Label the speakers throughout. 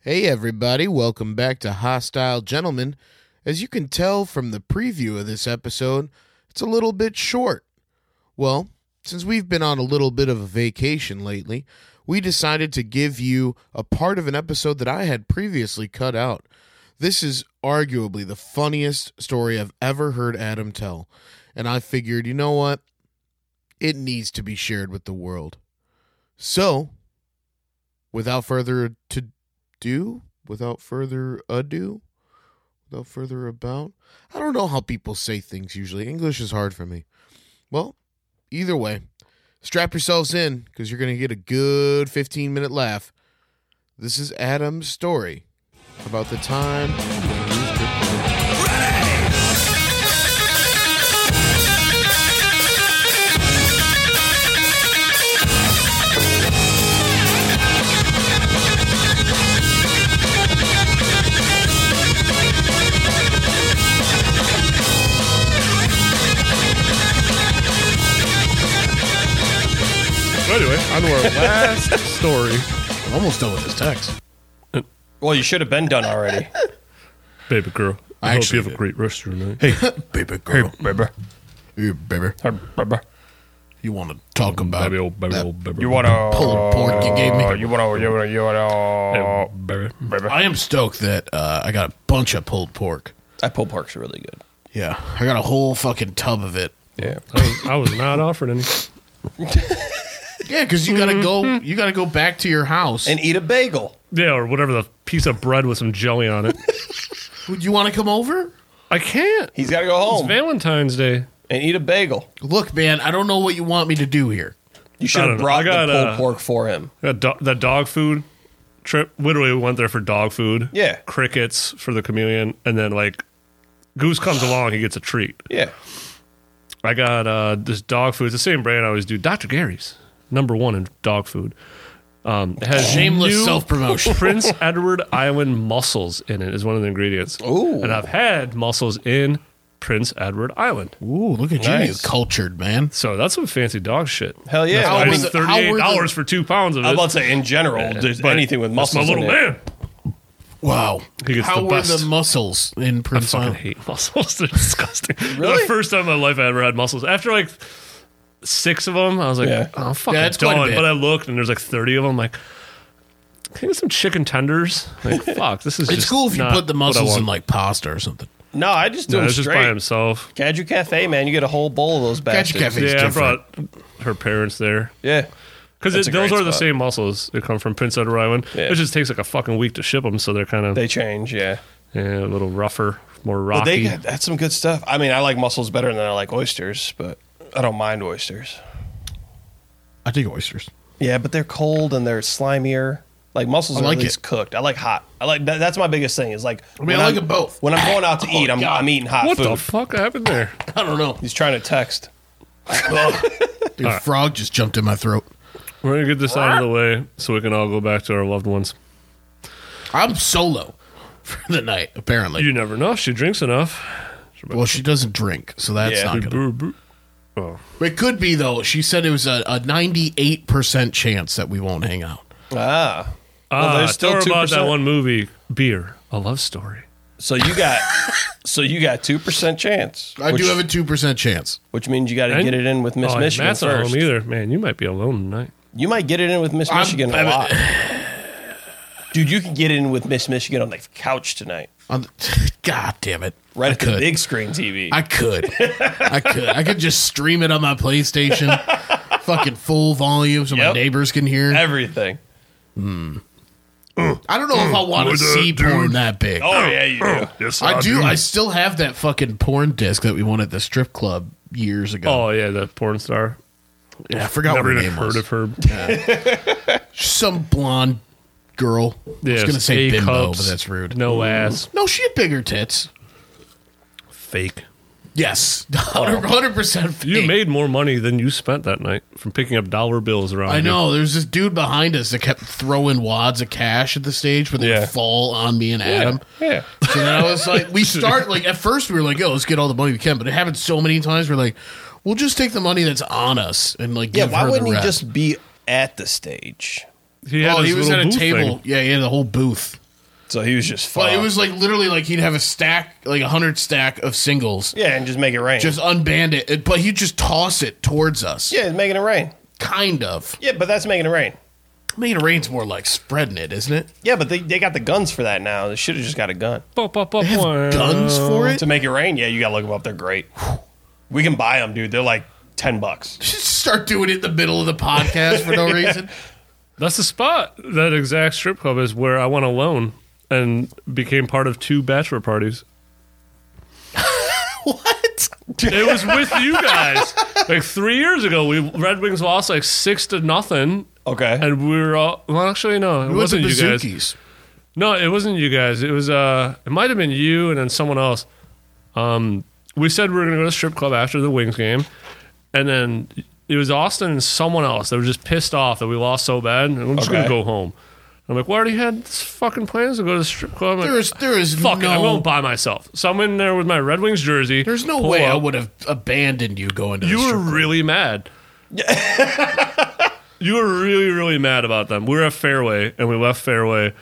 Speaker 1: Hey, everybody, welcome back to Hostile Gentlemen. As you can tell from the preview of this episode, it's a little bit short. Well, since we've been on a little bit of a vacation lately, we decided to give you a part of an episode that I had previously cut out. This is arguably the funniest story I've ever heard Adam tell, and I figured, you know what? It needs to be shared with the world. So, without further to do, without further ado, without further about, I don't know how people say things usually. English is hard for me. Well, either way, strap yourselves in because you're going to get a good 15 minute laugh. This is Adam's story about the time.
Speaker 2: So anyway, on to our last story.
Speaker 1: I'm almost done with this text.
Speaker 3: Well, you should have been done already.
Speaker 2: Baby girl,
Speaker 1: I
Speaker 2: I, hope
Speaker 1: actually
Speaker 2: you have
Speaker 1: did.
Speaker 2: a great rest of your night. Hey,
Speaker 1: Baby girl.
Speaker 3: Remember?
Speaker 1: Hey, baby. You want to talk about
Speaker 2: baby, old baby, old baby.
Speaker 3: You wanna
Speaker 1: pulled pork you gave me?
Speaker 3: You wanna you wanna you wanna
Speaker 2: baby?
Speaker 1: I am stoked that uh, I got a bunch of pulled pork.
Speaker 3: I pull pork's really good.
Speaker 1: Yeah, I got a whole fucking tub of it.
Speaker 3: Yeah.
Speaker 2: I was, I was not offered any.
Speaker 1: Yeah, because you gotta go. You gotta go back to your house.
Speaker 3: And eat a bagel.
Speaker 2: Yeah, or whatever the piece of bread with some jelly on it.
Speaker 1: Would you want to come over?
Speaker 2: I can't.
Speaker 3: He's gotta go
Speaker 2: It's
Speaker 3: home
Speaker 2: Valentine's Day.
Speaker 3: and eat a bagel.
Speaker 1: Look, man, I don't know what you want me to do here.
Speaker 3: You should
Speaker 2: I
Speaker 3: have
Speaker 2: don't know. I
Speaker 3: brought the
Speaker 2: got,
Speaker 3: pulled
Speaker 2: uh,
Speaker 3: pork for him.
Speaker 2: That, do- that dog food trip. Literally, we went there for dog food.
Speaker 3: Yeah.
Speaker 2: crickets for the chameleon, and then like goose comes along, he gets a treat.
Speaker 3: Yeah.
Speaker 2: I got uh, this dog food. It's the same brand I always do. Dr. Gary's, number one in dog food. Um, it has
Speaker 1: Shameless
Speaker 2: new
Speaker 1: self-promotion.
Speaker 2: Prince Edward Island mussels in it is one of the ingredients.
Speaker 3: Ooh.
Speaker 2: And I've had mussels in Prince Edward Island.
Speaker 1: Ooh, look at you, you
Speaker 3: Nice.
Speaker 1: cultured man.
Speaker 2: So that's some fancy dog shit.
Speaker 3: Hell yeah.
Speaker 1: How
Speaker 2: I
Speaker 3: I
Speaker 2: paid
Speaker 1: was
Speaker 3: mean,
Speaker 1: it- how were
Speaker 2: thirty-eight
Speaker 1: the-
Speaker 2: dollars for two pounds of it.
Speaker 3: I'm about to say in general, there's
Speaker 2: But
Speaker 3: anything with
Speaker 2: that's
Speaker 3: muscles.
Speaker 2: my little
Speaker 3: in it.
Speaker 2: man.
Speaker 1: Wow,
Speaker 2: He gets
Speaker 1: how
Speaker 2: the
Speaker 1: were
Speaker 2: best.
Speaker 1: the muscles in
Speaker 2: I
Speaker 1: Prince
Speaker 2: fucking
Speaker 1: Island?
Speaker 2: hate mussels. They're disgusting.
Speaker 3: Really?
Speaker 2: The first time in my life I ever had mussels. After like six of them, I was like,
Speaker 3: Yeah.
Speaker 2: oh, I'm fucking
Speaker 1: Yeah, it's quite a
Speaker 2: done.
Speaker 1: bit.
Speaker 2: But I looked and there's like 30 of them. Like, can I get some chicken tenders? Like, fuck, this is
Speaker 1: It's
Speaker 2: just
Speaker 1: cool if you
Speaker 2: not
Speaker 1: put the
Speaker 2: what I
Speaker 1: muscles in
Speaker 2: want.
Speaker 1: like pasta or something.
Speaker 3: No, I just do
Speaker 2: No,
Speaker 3: them
Speaker 2: it's just by
Speaker 3: straight.
Speaker 2: himself.
Speaker 3: Cajun Cafe, man, you get a whole bowl of those bastards.
Speaker 1: Cajun Cafe. It's
Speaker 2: yeah, I
Speaker 1: different.
Speaker 2: brought her parents there.
Speaker 3: Yeah.
Speaker 2: Because
Speaker 3: That's a
Speaker 2: those are
Speaker 3: great
Speaker 2: the
Speaker 3: spot.
Speaker 2: same mussels that come from Prince Edward Island.
Speaker 3: Yeah.
Speaker 2: It just takes like a fucking week to ship them, so they're kind of
Speaker 3: They change, yeah.
Speaker 2: eh, a little rougher, more
Speaker 3: But they
Speaker 2: rocky.
Speaker 3: got that's some good stuff. I mean, I like mussels better than I like oysters, but I don't mind oysters.
Speaker 1: I take oysters.
Speaker 3: Yeah, but they're cold and they're slimier. Like mussels
Speaker 1: I
Speaker 3: are
Speaker 1: like
Speaker 3: at least
Speaker 1: it.
Speaker 3: cooked. I like hot. I like that, that's my biggest thing. Is like I
Speaker 1: mean, I like 'em both. Oh,
Speaker 3: When I'm going out to eat, I'm,
Speaker 1: God.
Speaker 3: I'm eating hot
Speaker 2: what
Speaker 3: food.
Speaker 2: the fuck happened there?
Speaker 1: I don't know.
Speaker 3: He's trying to text. Ah.
Speaker 1: Dude, frog just jumped in my throat.
Speaker 2: We're gonna get this out of the way so we can all go back to our loved ones.
Speaker 1: I'm solo for the night. Apparently,
Speaker 2: You never know. She drinks enough.
Speaker 1: well, she doesn't drink, so that's
Speaker 3: Yeah.
Speaker 1: not good.
Speaker 2: Brew, brew. Oh,
Speaker 1: It could be though. She said it was a, a 98% chance that we won't hang out.
Speaker 3: Ah,
Speaker 2: ah,
Speaker 3: there's still
Speaker 2: tell her about
Speaker 3: 2%.
Speaker 2: that one movie, Beer, a love story.
Speaker 3: so you got so you got two percent chance.
Speaker 1: I
Speaker 3: which,
Speaker 1: do have a 2% chance.
Speaker 3: which means you got to
Speaker 2: And-
Speaker 3: get it in with Miss
Speaker 2: Oh, and
Speaker 3: Michigan
Speaker 2: Matt's not
Speaker 3: first.
Speaker 2: home either. Man, you might be alone tonight.
Speaker 3: You might get it in with Miss
Speaker 1: I'm-
Speaker 3: Michigan a
Speaker 1: I'm-
Speaker 3: lot. Dude, you can get in with Miss Michigan on the couch tonight,
Speaker 1: On the, God damn it.
Speaker 3: right
Speaker 1: I
Speaker 3: at the
Speaker 1: could.
Speaker 3: big screen TV.
Speaker 1: I could. I could. I could just stream it on my PlayStation. fucking full volume so my
Speaker 3: Yep.
Speaker 1: neighbors can hear.
Speaker 3: Everything.
Speaker 1: I don't know if I want to
Speaker 2: Would, uh,
Speaker 1: see
Speaker 2: dude- oh,
Speaker 1: porn that big.
Speaker 3: Oh yeah, you do.
Speaker 2: Yes,
Speaker 1: I do. I still have that fucking porn disc that we won at the strip club years ago.
Speaker 2: oh yeah, the porn star.
Speaker 1: yeah, I forgot
Speaker 2: never
Speaker 1: what her
Speaker 2: even
Speaker 1: name
Speaker 2: heard
Speaker 1: was.
Speaker 2: of her.
Speaker 1: Some blonde girl. I was
Speaker 2: Yes,
Speaker 1: going to say
Speaker 2: A
Speaker 1: bimbo,
Speaker 2: cups,
Speaker 1: but that's rude.
Speaker 2: No ass.
Speaker 1: No, she had bigger tits.
Speaker 2: Fake.
Speaker 1: Yes, hundred percent.
Speaker 2: You made more money than you spent that night from picking up dollar bills around.
Speaker 1: I
Speaker 2: you.
Speaker 1: know. There's this dude behind us that kept throwing wads of cash at the stage, but they
Speaker 2: Yeah.
Speaker 1: would fall on me and Adam.
Speaker 3: Yeah.
Speaker 1: So then I was like, we start like at first we were like, yo, let's get all the money we can. But it happened so many times. We're like, we'll just take the money that's on us and like
Speaker 3: Yeah,
Speaker 1: give
Speaker 3: why
Speaker 1: her
Speaker 3: wouldn't
Speaker 1: the
Speaker 3: he
Speaker 1: rest.
Speaker 3: just be at the stage?
Speaker 2: He had
Speaker 1: oh,
Speaker 2: his
Speaker 1: he was at a
Speaker 2: little booth
Speaker 1: table.
Speaker 2: thing.
Speaker 1: Yeah, he had a whole booth.
Speaker 3: So he was just
Speaker 1: But
Speaker 3: fun.
Speaker 1: it was like literally like he'd have a stack, like a hundred stack of singles,
Speaker 3: yeah, and just make it rain.
Speaker 1: just unbanned it. it- But he'd just toss it towards us.
Speaker 3: yeah, it's making it rain.
Speaker 1: kind of.
Speaker 3: Yeah, but that's making it rain.
Speaker 1: I mean, rain's more like spreading it, isn't it?
Speaker 3: Yeah, but they, they got the guns for that now. They should have just got a gun
Speaker 2: Bop, bop, bop, wah.
Speaker 1: Guns for it.
Speaker 3: to make it rain. Yeah, you got to look them up. They're great. We can buy them, dude. They're like ten bucks.
Speaker 1: Start doing it in the middle of the podcast for no reason.
Speaker 2: That's the spot. That exact strip club is where I went alone and became part of two bachelor parties.
Speaker 1: What?
Speaker 2: It was with you guys. Like three years ago, we Red Wings lost like six to nothing.
Speaker 3: Okay.
Speaker 2: And we were all well. Actually, no, it
Speaker 1: It was the
Speaker 2: wasn't you guys.
Speaker 1: Bazookies.
Speaker 2: No, it wasn't you guys. It was uh, it might have been you and then someone else. Um, we said we were gonna go to the strip club after the Wings game, and then it was Austin and someone else that were just pissed off that we lost so bad, and we're just
Speaker 3: Okay.
Speaker 2: gonna go home. I'm like, we already had this fucking plans to go to the strip club. I'm like,
Speaker 1: There is, there is
Speaker 2: fuck it, I
Speaker 1: no,
Speaker 2: won't by myself. So I'm in there with my Red Wings jersey.
Speaker 1: there's no
Speaker 2: pull
Speaker 1: way I
Speaker 2: up.
Speaker 1: would have abandoned you going to.
Speaker 2: You
Speaker 1: the
Speaker 2: were
Speaker 1: strip club.
Speaker 2: really mad. you were really, really mad about them. We were at Fairway and we left Fairway.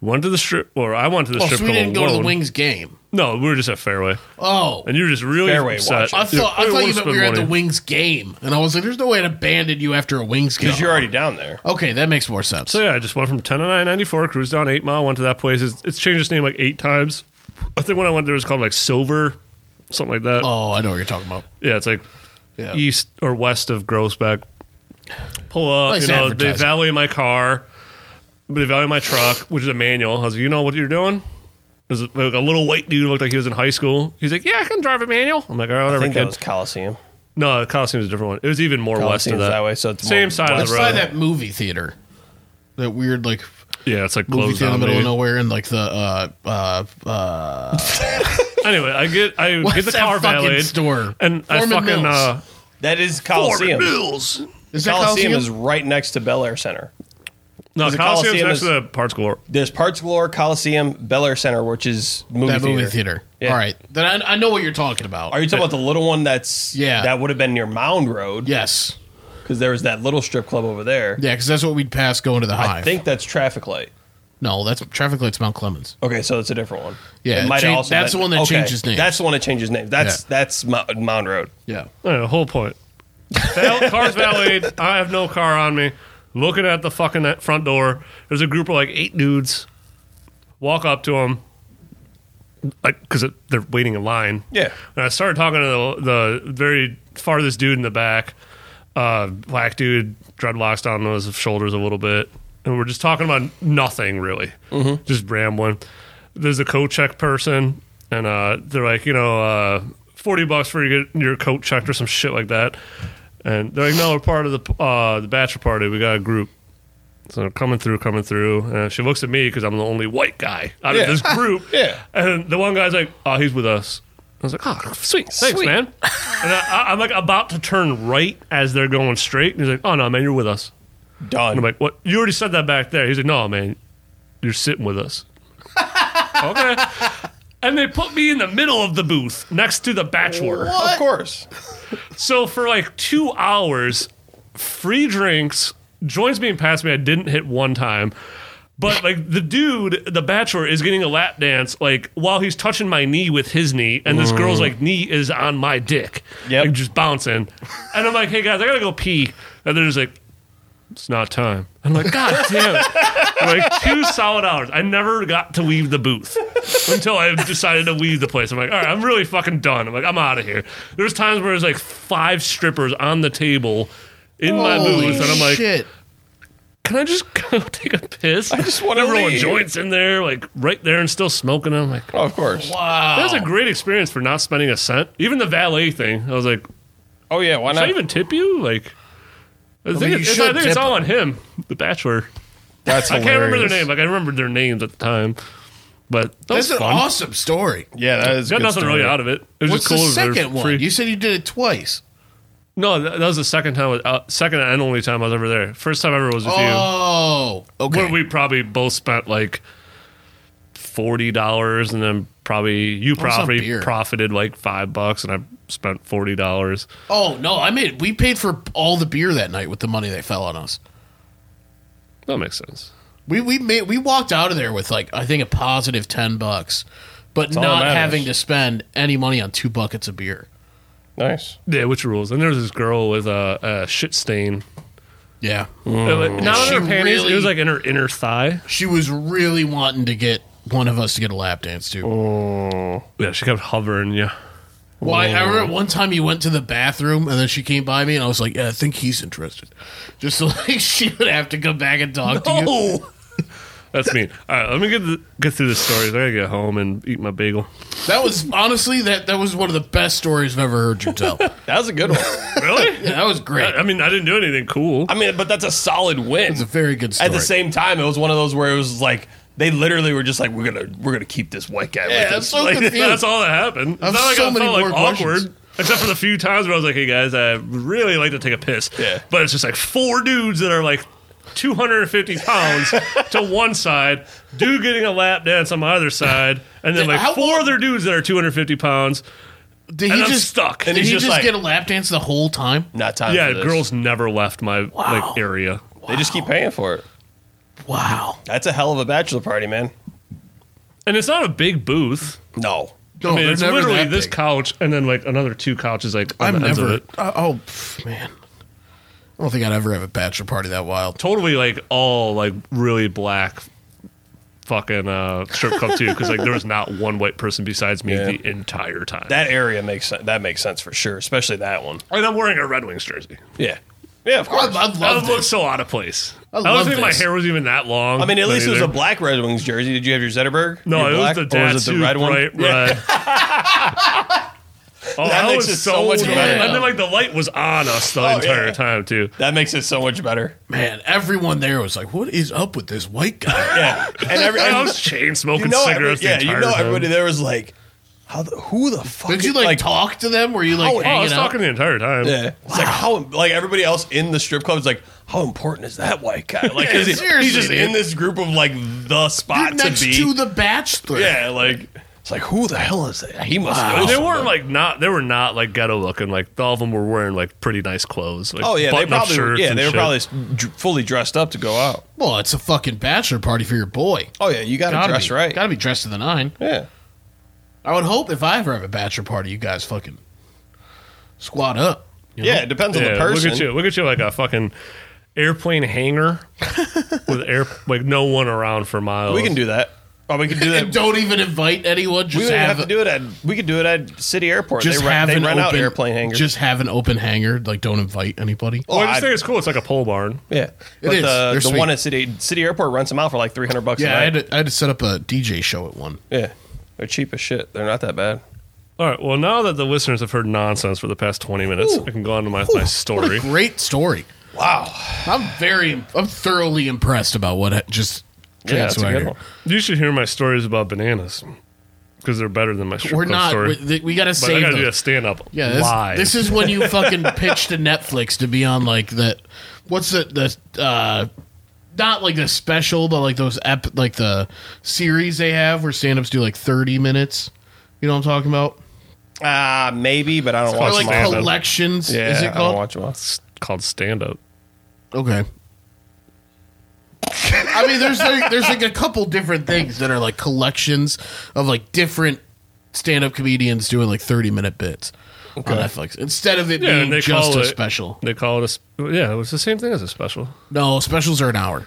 Speaker 2: Went to the strip, or I went to the
Speaker 1: Oh,
Speaker 2: strip
Speaker 1: so we
Speaker 2: club
Speaker 1: didn't go to the
Speaker 2: alone.
Speaker 1: Wings game.
Speaker 2: No, we were just at Fairway,
Speaker 1: Oh,
Speaker 2: and you were just really
Speaker 3: Fairway
Speaker 2: upset.
Speaker 3: watching.
Speaker 1: I thought I thought you
Speaker 2: Yeah, would've
Speaker 1: meant
Speaker 2: spent
Speaker 1: we were at the
Speaker 2: money.
Speaker 1: Wings game, and I was like, "There's no way I'd abandon you after a Wings game."
Speaker 3: Because you're already down there.
Speaker 1: okay, that makes more sense.
Speaker 2: So yeah, I just went from ten to nine ninety four, cruised down eight mile, went to that place. It's, it's changed its name like eight times. I think when I went there, it was called like Silver, something like that.
Speaker 1: oh, I know what you're talking about.
Speaker 2: Yeah, it's like
Speaker 1: Yeah.
Speaker 2: east or west of Grossbeck. Pull up,
Speaker 1: Nice
Speaker 2: you know, they
Speaker 1: advertising.
Speaker 2: value my car, they value my truck, which is a manual. I was like, you know what you're doing? There's a, like a little white dude looked like he was in high school. He's like, yeah, I can drive a manual. I'm like, all right,
Speaker 3: I
Speaker 2: whatever,
Speaker 3: think that
Speaker 2: kid.
Speaker 3: was Coliseum.
Speaker 2: no, the Coliseum is a different one. It was even more west of
Speaker 3: Coliseum's
Speaker 2: that.
Speaker 3: that way, so it's
Speaker 2: same
Speaker 3: more
Speaker 2: side of
Speaker 1: It's
Speaker 2: the
Speaker 1: by
Speaker 2: road.
Speaker 1: that movie theater, that weird like
Speaker 2: yeah, it's like
Speaker 1: movie
Speaker 2: closed
Speaker 1: theater in
Speaker 2: down.
Speaker 1: the middle of
Speaker 2: maybe.
Speaker 1: nowhere, and like the uh uh uh
Speaker 2: Anyway, I get I get
Speaker 1: what's
Speaker 2: the
Speaker 1: that
Speaker 2: car
Speaker 1: fucking
Speaker 2: valet
Speaker 1: store?
Speaker 2: and I
Speaker 1: Foreman
Speaker 2: fucking
Speaker 1: Mills.
Speaker 2: uh,
Speaker 3: That is Coliseum.
Speaker 2: Mills.
Speaker 1: is that Coliseum?
Speaker 3: Coliseum is right next to Bel Air Center.
Speaker 2: No,
Speaker 3: The
Speaker 2: Coliseum's
Speaker 3: Coliseum
Speaker 2: next
Speaker 3: is-
Speaker 2: to the parts galore.
Speaker 3: There's Parts Galore, Coliseum, Bel Air Center, which is movie
Speaker 1: that
Speaker 3: theater.
Speaker 1: movie theater.
Speaker 3: Yeah.
Speaker 1: All right, then I, I know what you're talking about.
Speaker 3: Are you talking about the little one that's
Speaker 1: Yeah.
Speaker 3: that would have been near Mound Road?
Speaker 1: yes,
Speaker 3: because there was that little strip club over there.
Speaker 1: yeah, because that's what we'd pass going to the
Speaker 3: I
Speaker 1: Hive.
Speaker 3: think that's Traffic Light.
Speaker 1: no, that's traffic lights Mount Clemens.
Speaker 3: Okay, so it's a different one.
Speaker 1: Yeah,
Speaker 3: It
Speaker 1: it
Speaker 3: might have
Speaker 1: changed- that's the one that
Speaker 3: okay,
Speaker 1: changes names.
Speaker 3: That's the one that changes names. That's
Speaker 1: Yeah.
Speaker 3: that's Mo- Mound Road.
Speaker 1: Yeah,
Speaker 2: Yeah, the whole point. Val- car's valeted. I have no car on me. Looking at the fucking that front door, there's a group of like eight dudes. Walk up to them, like because they're waiting in line.
Speaker 3: Yeah.
Speaker 2: And I started talking to the, the very farthest dude in the back, uh, black dude, dreadlocks down on his shoulders a little bit, and we're just talking about nothing really, just rambling. There's a coat check person, and uh, they're like, you know, uh, forty bucks for your your coat checked or some shit like that, and they're like, no, we're part of the uh, the bachelor party. We got a group. So coming through, coming through, and she looks at me because I'm the only white guy out
Speaker 3: Yeah.
Speaker 2: of this group.
Speaker 3: Yeah.
Speaker 2: And the one guy's like, "Oh, he's with us." I was like, "Oh, sweet, thanks,
Speaker 3: Sweet.
Speaker 2: man." And I, I, I'm like about to turn right as they're going straight, and he's like, "Oh no, man, you're with us."
Speaker 3: Done.
Speaker 2: I'm like, "What? You already said that back there." He's like, "No, man, you're sitting with us." okay. And they put me in the middle of the booth next to the bachelor.
Speaker 3: Of course.
Speaker 2: So for like two hours, free drinks, joints being passed me. I didn't hit one time. But like the dude, the bachelor is getting a lap dance like while he's touching my knee with his knee, and this girl's like knee is on my dick,
Speaker 3: Yep.
Speaker 2: like just bouncing, and I'm like, hey guys, I gotta go pee, and they're just like, it's not time. I'm like, God damn it. like two solid hours. I never got to leave the booth until I decided to leave the place. I'm like, all right, I'm really fucking done. I'm like, I'm out of here. There's times where there's like five strippers on the table in my
Speaker 1: Holy
Speaker 2: booth, and I'm like,
Speaker 1: shit.
Speaker 2: can I just go take a piss? I
Speaker 3: just wanna
Speaker 2: everyone
Speaker 3: leave.
Speaker 2: joints in there, like right there, and still smoking. I'm like,
Speaker 3: Oh, of course.
Speaker 1: wow,
Speaker 2: that was a great experience for not spending a cent. Even the valet thing, I was like,
Speaker 3: Oh yeah. Why
Speaker 2: should I
Speaker 3: not?
Speaker 2: even tip you? Like, I think,
Speaker 1: mean, you
Speaker 2: it's, I
Speaker 1: should
Speaker 2: think it's
Speaker 1: tip
Speaker 2: all on him, the bachelor.
Speaker 3: That's
Speaker 2: I can't remember their
Speaker 3: hilarious.
Speaker 2: name. Like I remembered their names at the time, but that
Speaker 1: that's
Speaker 2: was
Speaker 1: an
Speaker 2: fun.
Speaker 1: awesome story.
Speaker 3: Yeah, that is. a
Speaker 2: Got
Speaker 3: good
Speaker 2: nothing
Speaker 3: story.
Speaker 2: really out of it. It was
Speaker 1: What's
Speaker 2: just cool.
Speaker 1: the
Speaker 2: that they're
Speaker 1: second one?
Speaker 2: free.
Speaker 1: You said you did it twice.
Speaker 2: no, that, that was the second time. Uh, second and only time I was ever there. First time ever was with
Speaker 1: Oh,
Speaker 2: you.
Speaker 1: okay.
Speaker 2: Where we probably both spent like forty dollars, and then probably you
Speaker 1: was on
Speaker 2: probably
Speaker 1: beer?
Speaker 2: profited like five bucks, and I spent forty dollars.
Speaker 1: oh no, I made. We paid for all the beer that night with the money they fell on us.
Speaker 2: That makes sense.
Speaker 1: We we made we walked out of there with like I think a positive ten bucks, but
Speaker 3: all
Speaker 1: not
Speaker 3: that matters.
Speaker 1: having to spend any money on two buckets of beer.
Speaker 3: Nice.
Speaker 2: Yeah, which rules? And there was this girl with a, a shit stain.
Speaker 1: Yeah,
Speaker 2: Uh, like, not on
Speaker 1: She
Speaker 2: her panties.
Speaker 1: really-
Speaker 2: It was like in her inner thigh.
Speaker 1: she was really wanting to get one of us to get a lap dance too.
Speaker 2: Oh. Yeah, she kept hovering you.
Speaker 1: Well, I, I remember one time you went to the bathroom and then she came by me and I was like, "Yeah, I think he's interested." Just so like she would have to come back and talk to you.
Speaker 3: Oh,
Speaker 2: That's mean. All right, let me get the, get through the stories. I gotta get home and eat my bagel.
Speaker 1: That was honestly that that was one of the best stories I've ever heard you tell. yeah,
Speaker 3: That was a good one.
Speaker 2: Really?
Speaker 1: that was great.
Speaker 2: I mean, I didn't do anything cool.
Speaker 3: I mean, but that's a solid win.
Speaker 1: It's a very good story.
Speaker 3: At the same time, it was one of those where it was like they literally were just like, "We're gonna, we're gonna keep this white guy
Speaker 1: Yeah,
Speaker 3: with
Speaker 1: I'm
Speaker 3: us."
Speaker 1: so
Speaker 3: Like,
Speaker 1: confused.
Speaker 2: That's all that happened. It's
Speaker 1: have
Speaker 2: not like
Speaker 1: so
Speaker 2: I
Speaker 1: many
Speaker 2: felt like
Speaker 1: more
Speaker 2: awkward,
Speaker 1: questions.
Speaker 2: except for the few times where I was like, "Hey guys, I really like to take a piss."
Speaker 3: Yeah.
Speaker 2: But it's just like four dudes that are like 250 pounds to one side, dude getting a lap dance on my other side, and then like
Speaker 1: How
Speaker 2: four
Speaker 1: old-
Speaker 2: other dudes that are 250 pounds.
Speaker 1: did he
Speaker 2: and I'm
Speaker 1: just
Speaker 2: stuck.
Speaker 1: Did
Speaker 3: And he's
Speaker 1: he
Speaker 3: just
Speaker 1: just
Speaker 3: like-
Speaker 1: get a lap dance the whole time?
Speaker 3: not time.
Speaker 2: Yeah,
Speaker 3: for this.
Speaker 2: girls never left my like area.
Speaker 3: They just keep paying for it.
Speaker 1: Wow.
Speaker 3: That's a hell of a bachelor party, man.
Speaker 2: And it's not a big booth.
Speaker 3: No,
Speaker 1: No,
Speaker 2: I mean,
Speaker 1: they're
Speaker 2: it's
Speaker 1: never
Speaker 2: literally
Speaker 1: that
Speaker 2: this
Speaker 1: big.
Speaker 2: couch and then like another two couches like on
Speaker 1: I'm
Speaker 2: the ends of
Speaker 1: never.
Speaker 2: it.
Speaker 1: Uh, oh pff, man, I don't think I'd ever have a bachelor party that wild.
Speaker 2: Totally like all like really black fucking uh strip club too because like there was not one white person besides me
Speaker 3: Yeah.
Speaker 2: the entire time.
Speaker 3: that area makes sen- that makes sense for sure, especially that one.
Speaker 2: and I'm wearing a Red Wings jersey.
Speaker 3: Yeah, yeah, of
Speaker 1: I,
Speaker 3: course.
Speaker 1: I
Speaker 2: I
Speaker 1: love
Speaker 2: look
Speaker 1: this.
Speaker 2: so out of place. I,
Speaker 1: love
Speaker 2: don't think my
Speaker 1: this.
Speaker 2: hair was even that long.
Speaker 3: I mean, at least it was
Speaker 2: either.
Speaker 3: a black Red Wings jersey. Did you have your Zetterberg?
Speaker 2: No,
Speaker 3: Your
Speaker 2: it
Speaker 3: black?
Speaker 2: was the
Speaker 3: Or
Speaker 2: tattoo, bright red. oh, that,
Speaker 3: makes
Speaker 2: was
Speaker 3: it
Speaker 2: so,
Speaker 3: so much
Speaker 2: much better.
Speaker 1: better.
Speaker 2: And then like the light was on us the
Speaker 3: Oh,
Speaker 2: entire
Speaker 3: yeah.
Speaker 2: time too.
Speaker 3: That makes it so much better.
Speaker 1: Man, everyone there was like, "What is up with this white guy?"
Speaker 3: Yeah, and every
Speaker 2: I
Speaker 3: and
Speaker 2: was chain smoking
Speaker 3: you know, every-
Speaker 2: cigarettes.
Speaker 3: yeah,
Speaker 2: the
Speaker 3: you
Speaker 2: entire
Speaker 3: know,
Speaker 2: time.
Speaker 3: everybody there was like, how the, who the fuck?
Speaker 1: Did you like, talk to them? Were you like
Speaker 3: Oh,
Speaker 2: Oh, I
Speaker 1: hanging
Speaker 2: was
Speaker 1: out?
Speaker 2: talking the entire time.
Speaker 3: Yeah. It's like how like everybody else in the strip club is like, how important is that white guy? Like 'cause he-
Speaker 1: seriously,
Speaker 3: he's just
Speaker 1: dude.
Speaker 3: in this group of like the
Speaker 1: You're
Speaker 3: spot to
Speaker 1: next to,
Speaker 3: be.
Speaker 1: the bachelor.
Speaker 3: yeah, like it's like who the hell is that? He must
Speaker 2: And
Speaker 3: know.
Speaker 2: They
Speaker 3: someone.
Speaker 2: weren't like not. They were not like ghetto looking. Like all of them were wearing like pretty nice clothes. Like,
Speaker 3: Oh yeah, they
Speaker 2: button-up
Speaker 3: probably were-
Speaker 2: shirts
Speaker 3: yeah
Speaker 2: and
Speaker 3: they were
Speaker 2: shit.
Speaker 3: probably s- d- fully dressed up to go out.
Speaker 1: Well, it's a fucking bachelor party for your boy.
Speaker 3: Oh yeah, you got to
Speaker 1: Gotta
Speaker 3: dress
Speaker 1: be,
Speaker 3: right.
Speaker 1: Gotta be dressed to the nine.
Speaker 3: yeah,
Speaker 1: I would hope if I ever have a bachelor party, you guys fucking squat up.
Speaker 3: yeah. It depends on
Speaker 2: Yeah,
Speaker 3: the person.
Speaker 2: look at you. Look at you like a fucking airplane hangar with air like no one around for miles.
Speaker 3: We can do that. Oh, we can do
Speaker 1: And
Speaker 3: that.
Speaker 1: don't even invite anyone.
Speaker 3: we
Speaker 1: Just
Speaker 3: would
Speaker 1: have,
Speaker 3: have to do it at we could do it at City Airport.
Speaker 1: just
Speaker 3: they rent,
Speaker 1: have
Speaker 3: they
Speaker 1: an
Speaker 3: rent
Speaker 1: open
Speaker 3: out airplane hangars.
Speaker 1: Just have an open hangar. Like, don't invite anybody.
Speaker 2: Well, I
Speaker 3: I-
Speaker 2: just think it's cool. It's like a pole barn.
Speaker 3: yeah, but
Speaker 1: is. They're
Speaker 3: the, the
Speaker 1: sweet.
Speaker 3: one at City City Airport rents them out for like three hundred bucks.
Speaker 1: yeah, I
Speaker 3: a
Speaker 1: had,
Speaker 3: night.
Speaker 1: to, I had to set up a DJ show at one.
Speaker 3: yeah, they're cheap as shit. They're not that bad.
Speaker 2: All right. Well, now that the listeners have heard nonsense for the past twenty minutes, I can go on to my, my story.
Speaker 1: Great story.
Speaker 3: Wow.
Speaker 1: I'm very, I'm thoroughly impressed about what ha- just transpired.
Speaker 2: You should hear my stories about bananas because they're better than my strip
Speaker 1: We're
Speaker 2: club
Speaker 1: not.
Speaker 2: story.
Speaker 1: We, th- we gotta
Speaker 2: but I
Speaker 1: save
Speaker 2: gotta do a
Speaker 1: those.
Speaker 2: stand up.
Speaker 1: Yeah, this,
Speaker 2: live.
Speaker 1: this is when you fucking pitched to Netflix to be on like that. What's the the uh, not like the special, but like those ep like the series they have where stand-ups do like thirty minutes. You know what I'm talking about?
Speaker 3: Uh, maybe, but I don't
Speaker 1: Or
Speaker 3: watch
Speaker 1: like
Speaker 3: them all.
Speaker 2: Oh, stand-up.
Speaker 1: collections?
Speaker 3: Yeah,
Speaker 1: is it
Speaker 3: I don't
Speaker 1: called?
Speaker 3: watch them all.
Speaker 2: It's called stand up.
Speaker 1: Okay. I mean, there's like, there's like a couple different things that are like collections of like different stand-up comedians doing like thirty-minute bits on Netflix instead of it
Speaker 2: Yeah, and
Speaker 1: being
Speaker 2: they
Speaker 1: just
Speaker 2: call
Speaker 1: a
Speaker 2: it-
Speaker 1: special.
Speaker 2: They call it a sp- yeah. It was the same thing as a special.
Speaker 1: No, specials are an hour.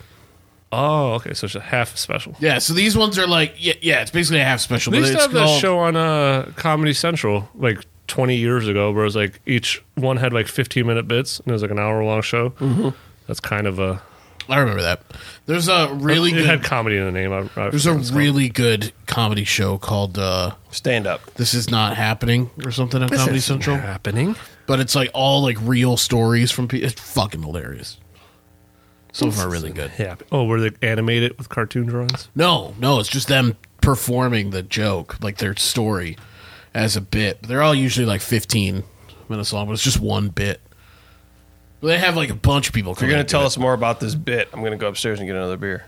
Speaker 2: Oh, okay. So it's a half special.
Speaker 1: Yeah, so these ones are like yeah, yeah it's basically a half special.
Speaker 2: They
Speaker 1: But
Speaker 2: used to
Speaker 1: it's
Speaker 2: have that
Speaker 1: called,
Speaker 2: show on uh, Comedy Central like 20 years ago, where it was like each one had like 15 minute bits, and it was like an hour long show. That's kind of a
Speaker 1: I remember that. There's a really
Speaker 2: it had
Speaker 1: good
Speaker 2: comedy in the name. I, I
Speaker 1: there's
Speaker 2: forget
Speaker 1: a
Speaker 2: what it's called.
Speaker 1: really good comedy show called uh,
Speaker 3: Stand up.
Speaker 1: This Is Not Happening or something on Comedy Central.
Speaker 2: happening.
Speaker 1: But it's like all like real stories from people. It's fucking hilarious. Some of them are really good.
Speaker 2: Yeah. Oh, where they animate it with cartoon drawings.
Speaker 1: No, no, it's just them performing the joke, like their story as a bit. They're all usually like 15 minutes long, but it's just one bit. They have like a bunch of people.
Speaker 3: If you're
Speaker 1: coming
Speaker 3: going
Speaker 1: to
Speaker 3: to
Speaker 1: do
Speaker 3: tell
Speaker 1: it.
Speaker 3: us more about this bit, I'm going to go upstairs and get another beer.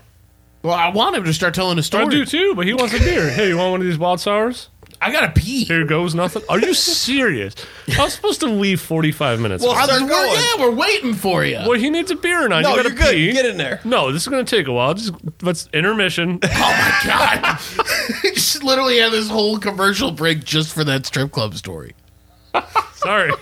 Speaker 1: Well, I want him to start telling a
Speaker 2: I
Speaker 1: story.
Speaker 2: do too, but he wants a beer. Hey, you want one of these wild sours?
Speaker 1: I gotta pee.
Speaker 2: Here goes nothing. Are you serious? I was supposed to leave 45 minutes.
Speaker 3: Well,
Speaker 2: ago.
Speaker 3: I-
Speaker 1: We're-
Speaker 3: Start going.
Speaker 1: yeah, we're waiting for you.
Speaker 2: well, he needs a beer and I
Speaker 3: No,
Speaker 2: you gotta
Speaker 3: you're good.
Speaker 2: pee.
Speaker 3: Get in there.
Speaker 2: No, this is gonna take a while. Just let's intermission.
Speaker 1: God, just literally had this whole commercial break just for that strip club story.
Speaker 2: Sorry.